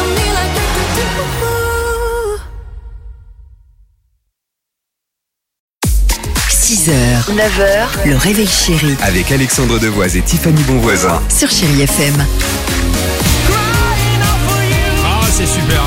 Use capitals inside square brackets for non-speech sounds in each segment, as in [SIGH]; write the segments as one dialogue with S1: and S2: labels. S1: on me like do, do, do, do.
S2: 6h, 9h, le réveil chéri
S3: Avec Alexandre Devoise et Tiffany Bonvoisin.
S2: sur Chérie FM.
S4: Ah, c'est super.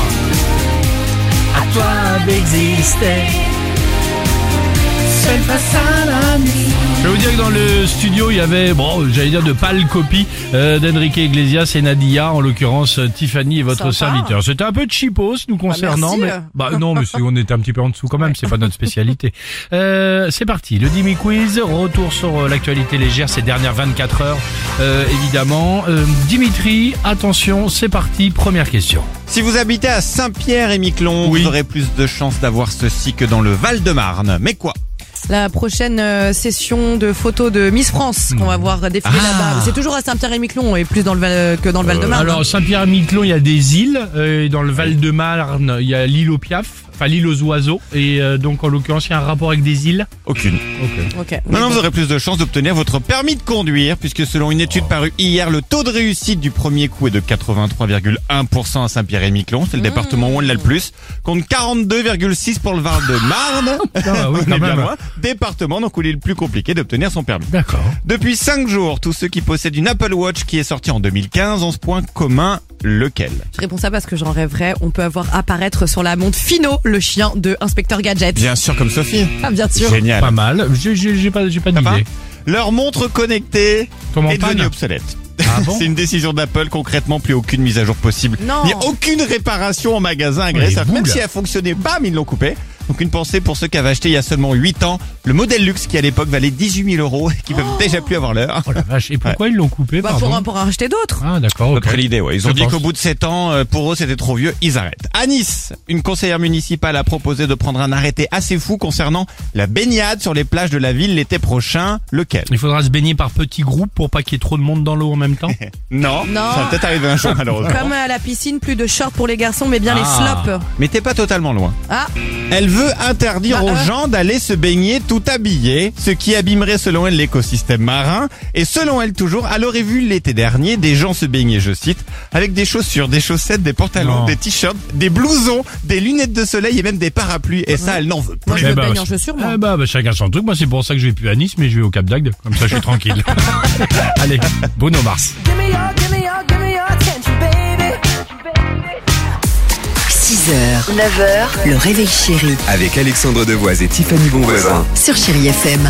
S4: Je vais vous dire que dans le studio, il y avait, bon, j'allais dire de pâles copies euh, d'Enrique Iglesias et Nadia, en l'occurrence euh, Tiffany et votre
S5: Sympa.
S4: serviteur. C'était un peu cheapos nous concernant,
S5: merci,
S4: mais
S5: euh.
S4: bah non, mais c'est- on était un petit peu en dessous quand même. C'est pas notre spécialité. Euh, c'est parti, le Dimi Quiz. Retour sur euh, l'actualité légère ces dernières 24 heures, euh, évidemment. Euh, Dimitri, attention, c'est parti. Première question.
S6: Si vous habitez à Saint-Pierre-et-Miquelon,
S4: Oui.
S6: vous aurez plus de chances d'avoir ceci que dans le Val-de-Marne. Mais quoi
S5: La prochaine euh, session de photos de Miss France qu'on va voir défiler
S6: Hmm. Ah. Euh,
S5: là-bas. C'est toujours à Saint-Pierre-et-Miquelon et plus dans le Val, euh, que dans le Val-de-Marne. hein.
S4: Alors Saint-Pierre-Miquelon, il y a des îles. Euh, dans le Val-de-Marne, il y a l'île aux Piaf, enfin l'île aux oiseaux. Et euh, donc en l'occurrence, il y a un rapport avec des îles.
S6: Aucune.
S5: Ok.
S6: Non, non, vous aurez plus de chances d'obtenir votre permis de conduire, puisque selon une
S4: Oh.
S6: étude parue hier, le taux de réussite du premier coup est de 83,1% à Saint-Pierre-et-Miquelon. C'est le
S4: Ah.
S6: département où on l'a le plus. Contre 42,6% pour le Val-de-Marne.
S4: [LAUGHS] Ah
S6: [LAUGHS]
S4: oui,
S6: On est
S4: quand
S6: bien
S4: même.
S6: loin. Département, donc où il est le plus compliqué d'obtenir son permis.
S4: D'accord.
S6: Depuis 5 jours, tous ceux qui possèdent une Apple Watch qui est sortie en 2015 ont ce point commun. Lequel
S5: Je réponds ça parce que j'en rêverais. On peut avoir apparaître sur la montre Fino, le chien de Inspecteur Gadget.
S6: Bien sûr, comme Sophie.
S5: Ah, bien sûr.
S6: Génial.
S4: Pas mal. J'ai j'ai- j'ai pas, j'ai pas
S6: pas
S4: d'idée.
S6: Leur montre connectée
S4: Comment
S6: est devenue
S4: panne
S6: obsolète.
S4: Ah bon
S6: [LAUGHS] C'est une décision d'Apple, concrètement, plus aucune mise à jour possible.
S5: Non.
S6: Il n'y a aucune réparation en magasin à
S4: Les
S6: Grèce. Même
S4: boules.
S6: si elle fonctionnait, bam, ils l'ont coupée. Donc une pensée pour ceux qui avaient acheté il y a seulement 8 ans le modèle luxe qui à l'époque valait 18 000 euros et qui peuvent déjà plus avoir l'heure.
S4: Oh la vache. Et pourquoi ils l'ont coupé
S5: Bah,
S4: pardon
S5: pour, en- pour en racheter d'autres.
S4: Ah d'accord. ok.
S6: Après l'idée, ouais. Ils ont
S4: Je
S6: dit
S4: pense.
S6: qu'au bout de 7 ans, euh, pour eux, c'était trop vieux, ils arrêtent. À Nice, une conseillère municipale a proposé de prendre un arrêté assez fou concernant la baignade sur les plages de la ville l'été prochain. Lequel
S4: Il faudra se baigner par petits groupes pour pas qu'il y ait trop de monde dans l'eau en même
S5: [LAUGHS]
S4: temps.
S6: Non,
S5: Non.
S6: ça va peut-être arriver un jour malheureusement.
S5: Comme à la piscine, plus de shorts pour les garçons, mais bien
S4: Ah.
S5: les slops.
S6: Mais t'es pas totalement loin.
S5: Ah,
S6: Elle veut interdire
S5: Bah,
S6: aux
S5: euh.
S6: gens d'aller se baigner tout habillés, ce qui abîmerait selon elle l'écosystème marin. Et selon elle toujours, elle aurait vu l'été dernier des gens se baigner, je cite, avec des chaussures, des chaussettes, des pantalons,
S4: Non.
S6: des t-shirts, des blousons, des lunettes de soleil et même des parapluies. Et ça, elle n'en veut
S5: moi
S6: plus.
S5: je
S4: Eh
S5: me
S4: bah,
S5: baigne en
S4: aussi.
S5: chaussures, moi.
S4: Ah bah, bah, chacun son truc. Moi c'est pour ça que je vais plus à Nice, mais je vais au Cap d'Agde. Comme ça
S5: [LAUGHS]
S4: je suis tranquille. Allez, Bruno Mars.
S2: 6h, 9h, le réveil chéri
S3: Avec Alexandre Devoise et Tiffany Bonvoisin.
S2: sur Chérie FM.